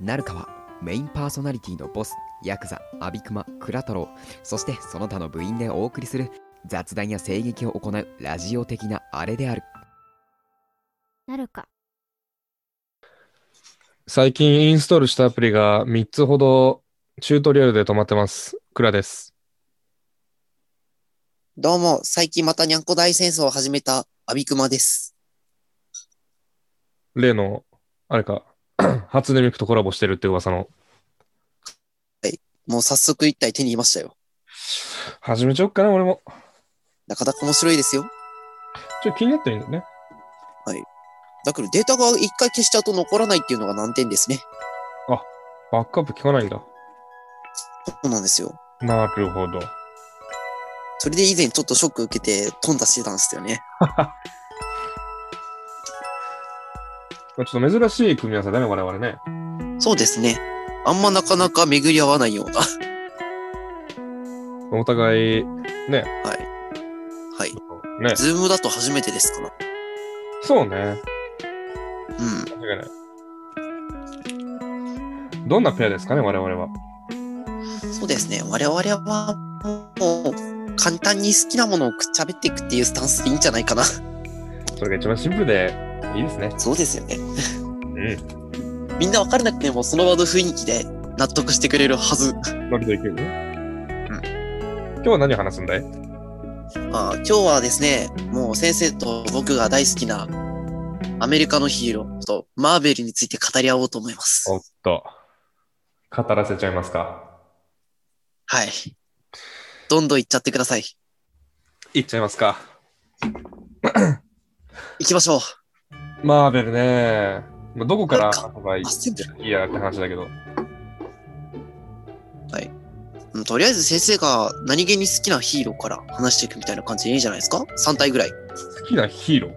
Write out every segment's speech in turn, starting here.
なるかはメインパーソナリティのボスヤクザアビクマ倉太郎そしてその他の部員でお送りする雑談や声劇を行うラジオ的なあれであるなるか。最近インストールしたアプリが3つほどチュートリアルで止まってます。クラです。どうも、最近またにゃんこ大戦争を始めたアビクマです。例の、あれか、 初音ミクとコラボしてるって噂の。もう早速一体手に入れましたよ。始めちゃおっかな、俺も。なかなか面白いですよ。ちょ、気になってるんだよね。だからデータが一回消しちゃうと残らないっていうのが難点ですね。バックアップ聞かないんだ。そうなんですよ。なるほど。それで以前ちょっとショック受けて、頓挫してたんですよね。ちょっと珍しい組み合わせだね、我々ね。そうですね。あんまなかなか巡り合わないよう な。お互い、ね。はい。ね。ズームだと初めてですから。そうね。うん。間違いない。どんなペアですかね、我々は。そうですね。我々は、もう、簡単に好きなものをくっちゃべっていくっていうスタンスでいいんじゃないかな。 それが一番シンプルでいいですね。そうですよね。うん。みんな分からなくても、その場の雰囲気で納得してくれるはず。ノリといけるね。うん今日は何を話すんだいあー今日はですね、もう先生と僕が大好きなアメリカのヒーローとマーベルについて語り合おうと思います。おっと。語らせちゃいますか。はい。どんどん行っちゃってください。いっちゃいますか。行きましょう。マーベルね。まあどこからなん発売あ、全部。いやって話だけど。うんとりあえず先生が何気に好きなヒーローから話していくみたいな感じでいいんじゃないですか ?3 体ぐらい。好きなヒーロー。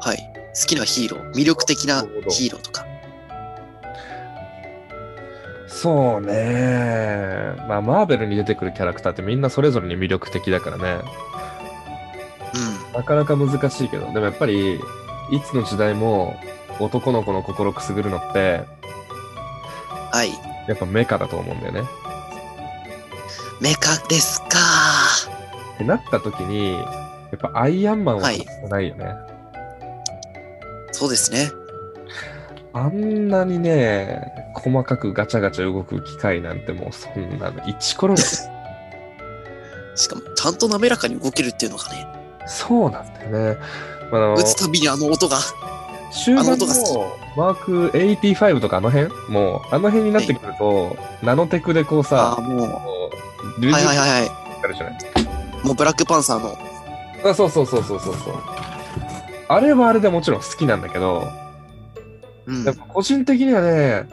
はい。好きなヒーロー、魅力的なヒーローとか。そうね。まあ、マーベルに出てくるキャラクターってみんなそれぞれに魅力的だからね。うん。なかなか難しいけど。でもやっぱり、いつの時代も男の子の心くすぐるのって、はい。やっぱメカだと思うんだよね。メカですか。ってなった時に、やっぱアイアンマンははい欠かせないよね。そうですね。あんなにね、細かくガチャガチャ動く機械なんてもうそんなの、一コロ だよしかも、ちゃんと滑らかに動けるっていうのがね、そうなんだよね。まあ、あの打、つたびにあの音が。終盤あのの音が好マーク85とかあの辺もう、あの辺になってくると、ナノテクでこうああ、さ、もう。こうルーはいジはいュはいはい。あるじゃない、もうブラックパンサーの。あ、そうそうそうそうそうそう。あれはあれでもちろん好きなんだけど、うんやっ。ぱ個人的にはね、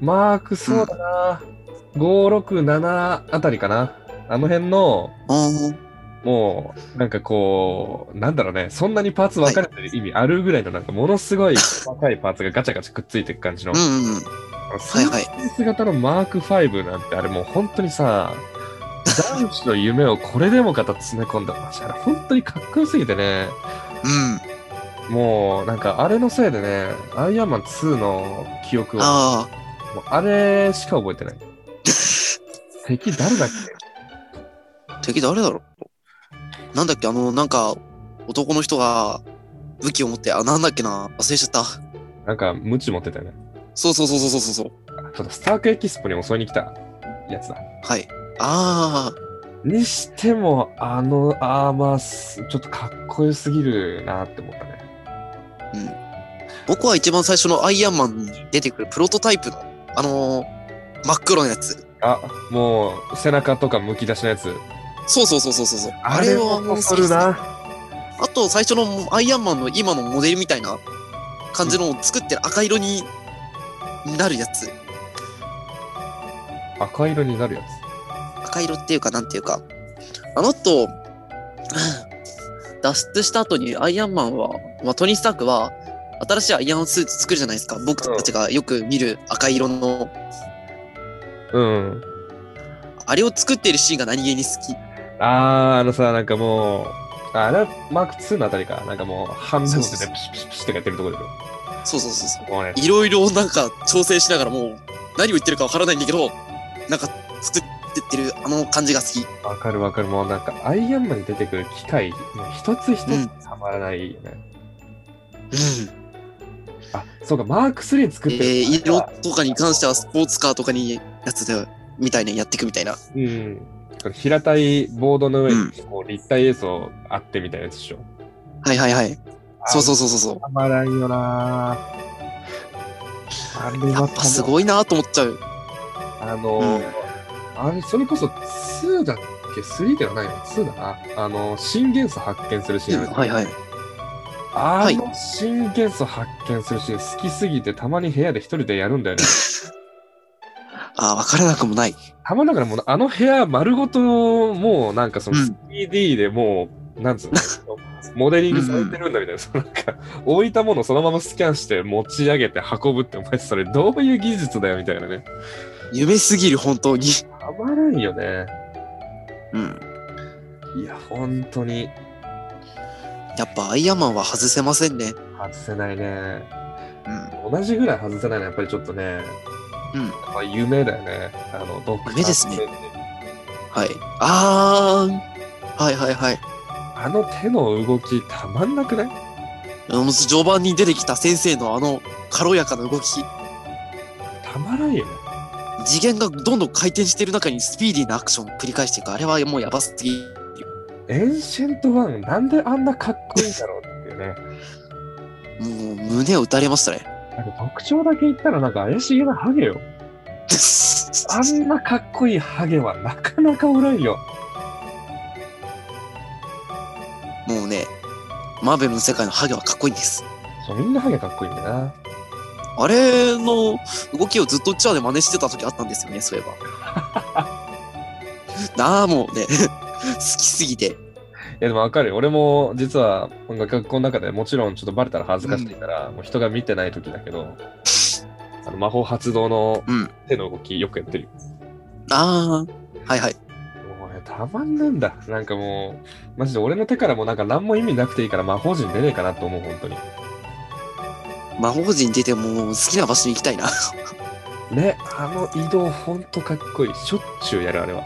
マークそうだな、567あたりかな。あの辺の、うんもう、なんかこう、なんだろうね、そんなにパーツ分かれてる意味あるぐらいの、なんかものすごい細かいパーツがガチャガチャくっついていく感じの、うんうん。ははいはい。姿のマーク5なんてあれもう本当にさ、男子の夢をこれでもかと詰め込んだマジあれ本当にかっこよすぎてね、うん。もうなんかあれのせいでね、アイアンマン2の記憶を、もああ。うあれしか覚えてない。敵誰だっ敵誰だろうなんだっけあの、なんか、男の人が武器を持って、あ、なんだっけな忘れちゃった。けなんかムチ持ってたよね。そうそうそうそうそうそう。あちょっとスタークエキスポに襲いに来たやつだ。はい。あにしても、あのアーマース、ちょっとかっこよすぎるなって思ったね。あ。うん。僕は一番最初のアイアンマンに出てくるプロトタイプの、あのー真っ黒のやつ。あ、もう、背中とかむき出しのやつ。そうそうそうそうそうそう。あれはもう好きそでるすねな。あと最初のアイアンマンの今のモデルみたいな感じのを作ってる赤色になるやつ。赤色になるやつ。赤色っていうかなんていうか。あのと、 脱出した後にアイアンマンは、まあ、トニー・スタークは新しいアイアンスーツ作るじゃないですか。僕たちがよく見る赤色の、うん。あれを作ってるシーンが何気に好き。あー、あのさ、なんかもう、あれはマーク2のあたりか。なんかもう、半分でそうそうね、ピシピシピシってやってるところだよ。そうそうそうそう。もうね、いろいろなんか調整しながらもう何を言ってるかわからないんだけど、なんか作ってってるあの感じが好き。わかるわかる。もうなんか、アイアンマンに出てくる機械、もう一つ一つたまらないよね。うん。あ、そうか、マーク3作ってる。えー、色とかに関してはスポーツカーとかにやつで、みたいなやっていくみたいな。うん。平たいボードの上うんにこう立体映像あってみたいなやつでしょ。はいはいはい。そうそううそうそうそう。たまらんよなぁあれやはっぱすごいなと思っちゃう。あのうんー、あれ、それこそ2だっけ ?3 ではないの ?2 だな。あのー、新元素発見するシーンあるじゃん。はいはい。あはいの新元素発見するシーン好きすぎてたまに部屋で一人でやるんだよね。あーわからなくもない。たまんながらもうあの部屋丸ごともうなんかそのうん 3D でもう、なんつうのモデリングされてるんだみたいな、そ のなんか置いたものそのままスキャンして持ち上げて運ぶってお前それどういう技術だよみたいなね。夢すぎる、本当に。たまらんよね。うん。いや、本当にやっぱアイアンマンは外せませんね。外せないね。う同じぐらい外せないのはやっぱりちょっとね、ん。うん。まあ、夢だよね。あの、ドクター夢ですねストレンジはい。あーん。はいはいはい。あの手の動きたまんなくないうん序盤に出てきた先生のあの軽やかな動き。たまらんよね。次元がどんどん回転してる中にスピーディーなアクションを繰り返していく。あれはもうやばすぎ。エンシェントワン、なんであんなかっこいいんだろうっていうね。もう胸を打たれましたね。なんか特徴だけ言ったらなんか怪しげなハゲよ。あんなかっこいいハゲはなかなかおらんよ。もうね、マーベルの世界のハゲはかっこいいんです。そう、みんなハゲかっこいいんだな。あれの動きをずっとうちわで真似してた時あったんですよね、そういえば。なあ、もうね、好きすぎて。いやでもわかるよ。俺も実は学校の中でもちろんちょっとバレたら恥ずかしいから、もう人が見てない時だけど、あの魔法発動のうん手の動きよくやってるよ。ああ、はいはい。もうね、たまんねえんだ。なんかもう、マジで俺の手からもなんか何も意味なくていいから魔法陣出ねえかなと思う、本当に。魔法陣出てもう好きな場所に行きたいな。 ね、あの移動ほんとかっこいい。しょっちゅうやる、あれは。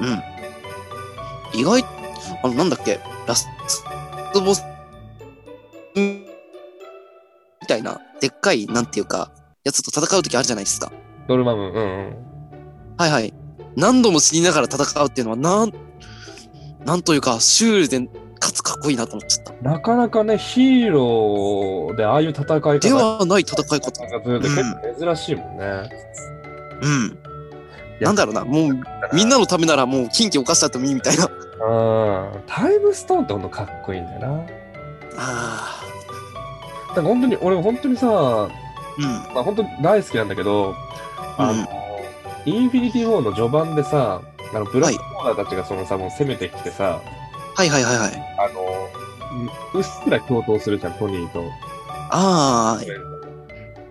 うん。意外、あの、なんだっけ、ラストボス、うんみたいな、でっかい、なんていうか、やつと戦うときあるじゃないですか。ドルマム、うんうん。はいはい。何度も死にながら戦うっていうのは、なん、なんというか、シュールで、かつかっこいいなと思っちゃった。なかなかね、ヒーローでああいう戦い方ではない戦い方。なんかというと結構珍しいもんね。うん。なんだろうな、もう、みんなのためならもう、禁忌犯しちゃってもいいみたいな。うん。タイムストーンってほんとかっこいいんだよな。なんかああ。本当に、俺本当にさ、まうあ、ん。本当大好きなんだけど、あの、インフィニティ・ウォーの序盤でさ、あのブラックコーナーたちがそのさ、もう攻めてきてさ、はいはいはいはい。あの、うっすら共闘するじゃん、トニーと。ああ、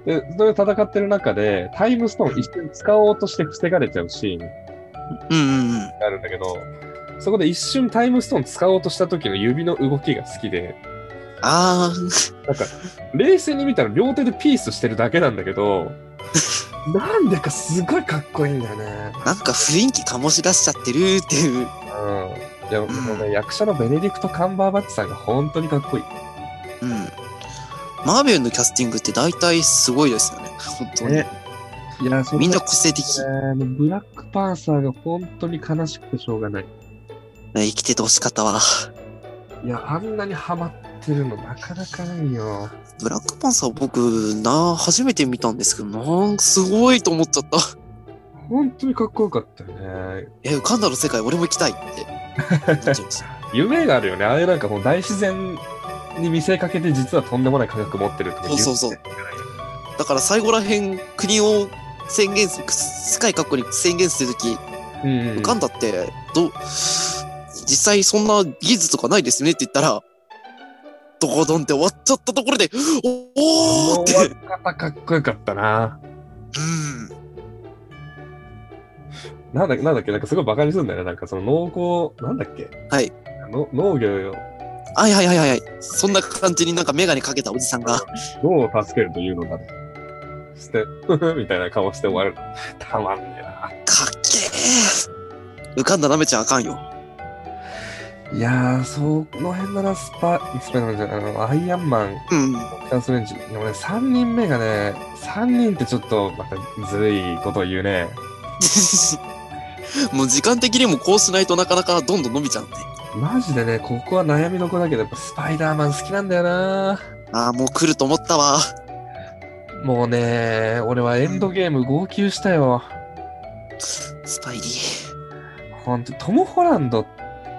で、それで戦ってる中で、タイムストーン一瞬使おうとして防がれちゃうシーンうんうんうん。があるんだけど、そこで一瞬タイムストーン使おうとした時の指の動きが好きで、ああ。冷静に見たら両手でピースしてるだけなんだけ ど、なんでかすごいかっこいいんだよね。なんか雰囲気醸し出しちゃってるっていう。うん。いや、もうね、役者のベネディクト・カンバーバッチさんが本当にかっこいい。うん。マーベルのキャスティングって大体すごいですよね。本当に。ねいや、そみんな個性的。ね、もうブラックパンサーが本当に悲しくてしょうがない。生きててほしかったわ。いや、あんなにハマってるのなかなかないよ。ブラックパンサー僕な、初めて見たんですけど、なんかすごいと思っちゃった。 本当にかっこよかったよね。え、ウカンダの世界俺も行きたいって。思っちゃいました夢があるよね。ああいうなんかもう大自然に見せかけて実はとんでもない科学持ってるってそうそうそう。だから最後らへん国を宣言す、世界各国に宣言するとき、う。うん。ウカンダって、どう、実際そんな技術とかないですよねって言ったら、どこどんって終わっちゃったところで、おおーって、終わり方かっこよかったな。うん。なんだっけ、なんだっけ、なんかすごいバカにするんだよね。なんかその農耕、なんだっけ。はいの。農業よ。はいはいはいはいはい。そんな感じになんかメガネかけたおじさんが、どう助けるというのだろう。して、 ふふみたいな顔して終わる。たまんねえな。かっけえ。浮かんだ舐めちゃあかんよ。いやー、その辺ならスパ、スパイダーマンじゃないあの、アイアンマン、うん。キャンスレンジ。でもね、3人目がね、3人ってちょっとまたずるいことを言うね。 もう時間的にもこうしないとなかなかどんどん伸びちゃうんで。マジでね、ここは悩みの子だけど、やっぱスパイダーマン好きなんだよなああ、もう来ると思ったわ。もうね、俺はエンドゲーム号泣したよ。スパイリー。ほんと、トム・ホランド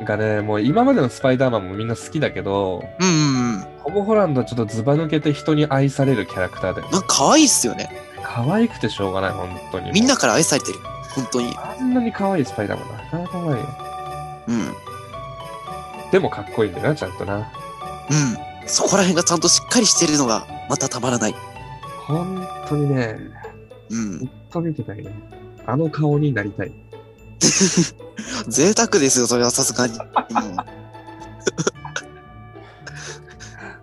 がね、もう今までのスパイダーマンもみんな好きだけど、うん。トム・ホランドはちょっとずば抜けて人に愛されるキャラクターで、なんか可愛いっすよね。可愛くてしょうがない、本当に。みんなから愛されてる。本当に。あんなに可愛いスパイダーマン、なかなかないよ。うん。うん。でもかっこいいんだよな、ちゃんとな。そこら辺がちゃんとしっかりしてるのが、またたまらない。本当にね、うん。ずっと見てたいね。あの顔になりたい。贅沢ですよ、それはさすがに。うん。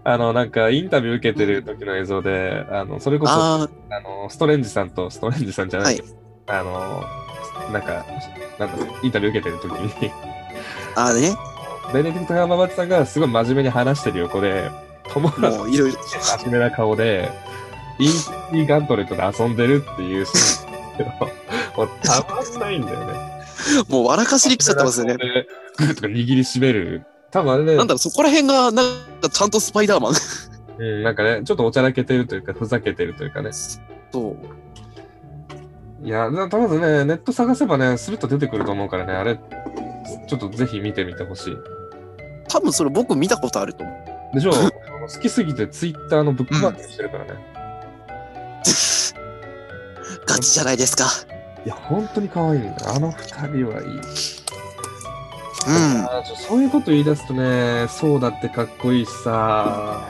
あの、なんか、インタビュー受けてる時の映像で、あの、それこそ、ああ、あの、ストレンジさんと、ストレンジさんじゃないけど、あの、なんか、なんだろうインタビュー受けてる時に、 ああね。ベネディクト・カンバーバッチさんがすごい真面目に話してる横で、友達のもういろいろ。真面目な顔で、インティガントレットで遊んでるっていうシーンなんですけど、もう たまんないんだよね。もう笑かしに来ちゃってますよね。で。グッと握りしめる。多分あれね、なんだろう、そこら辺が、なんかちゃんとスパイダーマン。うん、なんかね、ちょっとおちゃらけてるというか、ふざけてるというかね。そう。いや、なとりあえずね、ネット探せばね、スルッと出てくると思うからね、あれ、ちょっとぜひ見てみてほしい。多分それ僕見たことあると思う。で しょあの好きすぎてツイッターのブックマークにしてるからね。ガチじゃないですか。いや、本当に可愛いんだよ。あの二人はいい。うあん。ーちょそういうこと言い出すとね、そうだってかっこいいしさ、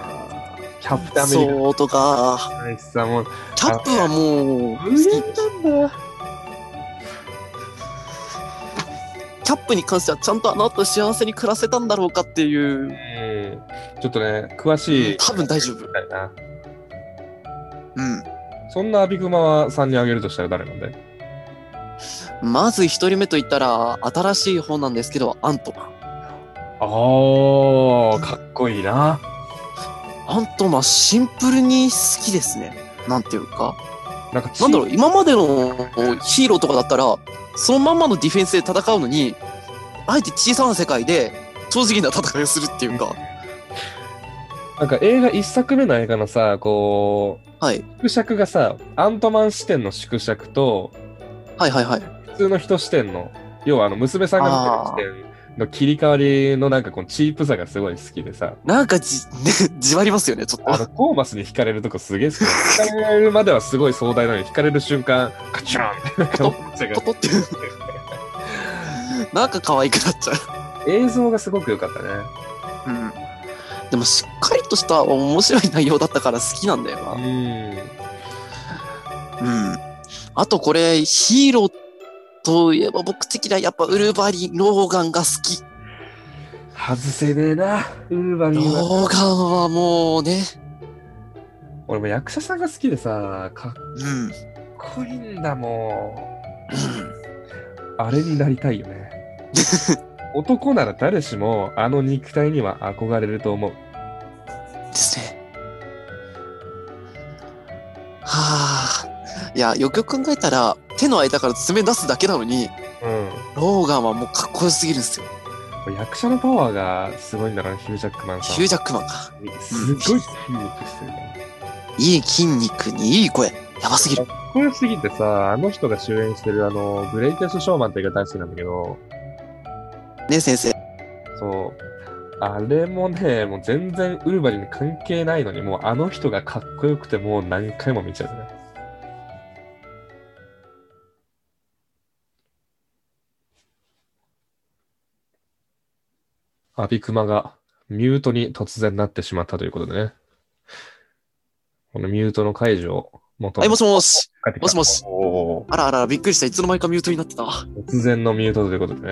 キャプテンアメリカそうとか、ないしさ、もう、キャップはもう好無き、限なんだ。キャップに関してはちゃんとあの後幸せに暮らせたんだろうかっていう、うんちょっとね、詳しい。多分大丈夫みたいな。うそんなアビグマは3人あげるとしたら誰なんだよ。ん。まず一人目と言ったら、新しい方なんですけど、アントマン。あー、かっこいいな。アントマンシンプルに好きですね。なんていうか。なんかチなんだーろう、今までのヒーローとかだったら、そのまんまのディフェンスで戦うのに、あえて小さな世界で、正直な戦いをするっていうか、なんか映画1作目の映画のさ、こう、はい。縮尺がさ、アントマン視点の縮尺と、はいはいはい。普通の人視点の、要はあの娘さんが見てる視点の切り替わりのなんかこのチープさがすごい好きでさ、なんかじ、 ね、じわりますよね、ちょっあと。のトーマスに惹かれるとこすげえ好き。惹かれるまではすごい壮大なのに、惹かれる瞬間、カチューンってなんか思っちゃうちょっとっていう。 なんか可愛くなっちゃう。映像がすごく良かったね。うん。でもしっかりとした面白い内容だったから好きなんだような。ん。うん。あとこれ、ヒーローといえば僕的にはやっぱウルバリン、ローガンが好き。外せねえな、ウーバリロンは。ーガンはもうね、俺も役者さんが好きでさ、かっうん。こいいんだもう。あれになりたいよね。男なら誰しもあの肉体には憧れると思う。ですね。はあ。いや、よくよく考えたら、手の間から爪出すだけなのに、うん。ローガンはもうかっこよすぎるんですよ。役者のパワーがすごいんだから、ヒュージャックマンさん。ヒュージャックマンが。すっごい筋肉してるから。いい筋肉にいい声。やばすぎる。かっこよすぎてさ、あの人が主演してるあの、グレイテストショーマンって映画大好きなんだけど、ね、先生。そう。あれもね、もう全然ウルバリンに関係ないのに、もうあの人がかっこよくてもう何回も見ちゃうね。アビクマがミュートに突然なってしまったということでね。このミュートの解除を求はい、もしもし。帰ってきたもしもしおーあらあら、びっくりした。いつの間にかミュートになってた。い突然のミュートということでね。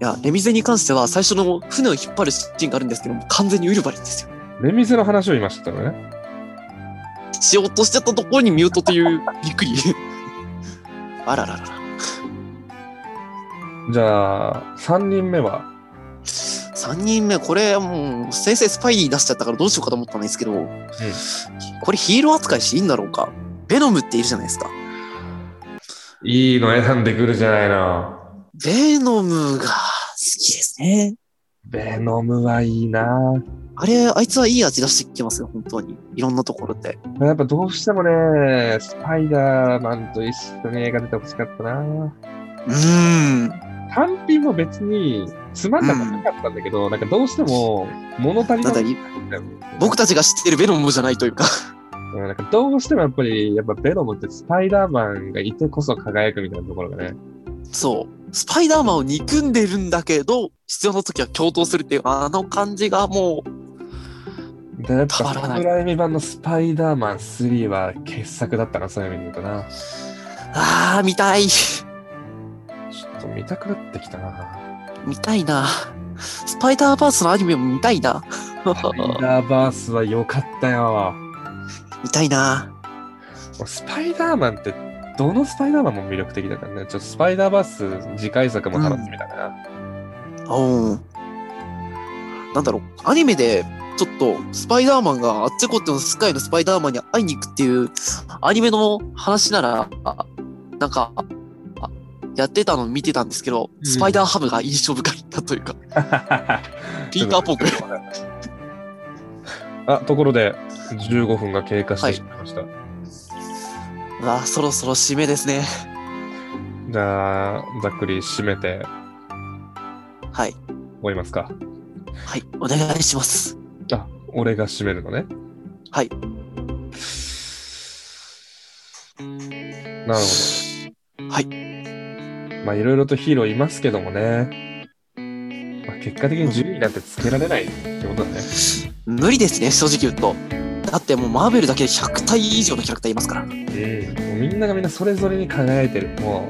や、レミゼに関しては最初の船を引っ張るシーンがあるんですけども、完全にウルヴァリンですよ。レミゼの話を今してたのね。しようとしてたところにミュートという、びっくり。 あらららら。じゃあ、3人目は、 3人目、これもう、先生スパイ出しちゃったからどうしようかと思ったんですけど、これヒーロー扱いしていいんだろうか。ベノムっているじゃないですか。いいの選んでくるじゃないの。ベノムが好きですね。ベノムはいいなあれ、あいつはいい味出してきてますよ、本当に。いろんなところで。やっぱどうしてもね、スパイダーマンと一緒に映画出てほしかったなうーん。単品も別につまんなくなかったんだけど、なんかどうしても物足りなただいい僕たちが知っているベノムじゃないというか。うんなんかどうしてもやっぱり、やっぱベノムってスパイダーマンがいてこそ輝くみたいなところがね。そう。スパイダーマンを憎んでるんだけど、必要な時は共闘するっていう、あの感じがもう、で、やっぱ、たまらないサムライミ版のスパイダーマン3は傑作だったな、そういう意味で言うとな。ちあー、見たい。 ょっと見たくなってきたな。見たいな。スパイダーバースのアニメも見たいな。スパイダーバースは良かったよ。見たいな。スパイダーマンって、どのスパイダーマンも魅力的だからね。ちょっとスパイダーバース次回作も楽しみだな。おーなんだろう、アニメで、ちょっと、スパイダーマンがあっちこっちの世界のスパイダーマンに会いに行くっていう、アニメの話なら、あなんか、あやってたの見てたんですけど、んスパイダーハムが印象深いなというか、ピーターポーク。あ、ところで、15分が経過してしまいました。うわそろそろ締めですね。じゃあ、ざっくり締めてはい。終わりますか。はい。お願いします。あ、俺が締めるのね。はい。なるほど。はい。まあ、いろいろとヒーローいますけどもね。まあ、結果的に順位なんてつけられないってことだね。無理ですね、正直言うと。だってもうマーベルだけで100体以上のキャラクターいますから。うん。もうみんながみんなそれぞれに輝いてる。も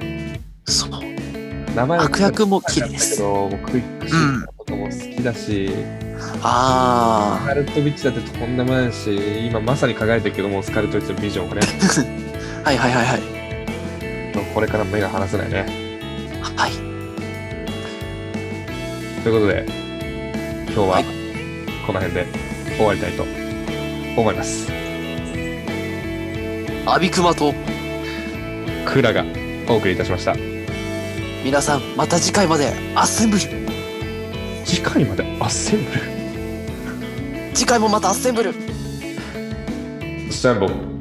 そう。う、名前悪役も綺だ麗けです。ど、もうクイックシーンのことも好きだし、スあカルトビッチだってとんでもないし、今まさに輝いてるけども、スカルトビッチのビジョンがね、 ー。はいはいはいはい。もうこれからも目が離せないね。はい。ということで、今日ははいこの辺で終わりたいと思います。アビクマとクーラがお送りいたしました。皆さん、また次回までアッセンブル。次回までアッセンブル。次回もまたアッセンブル。スタンボー。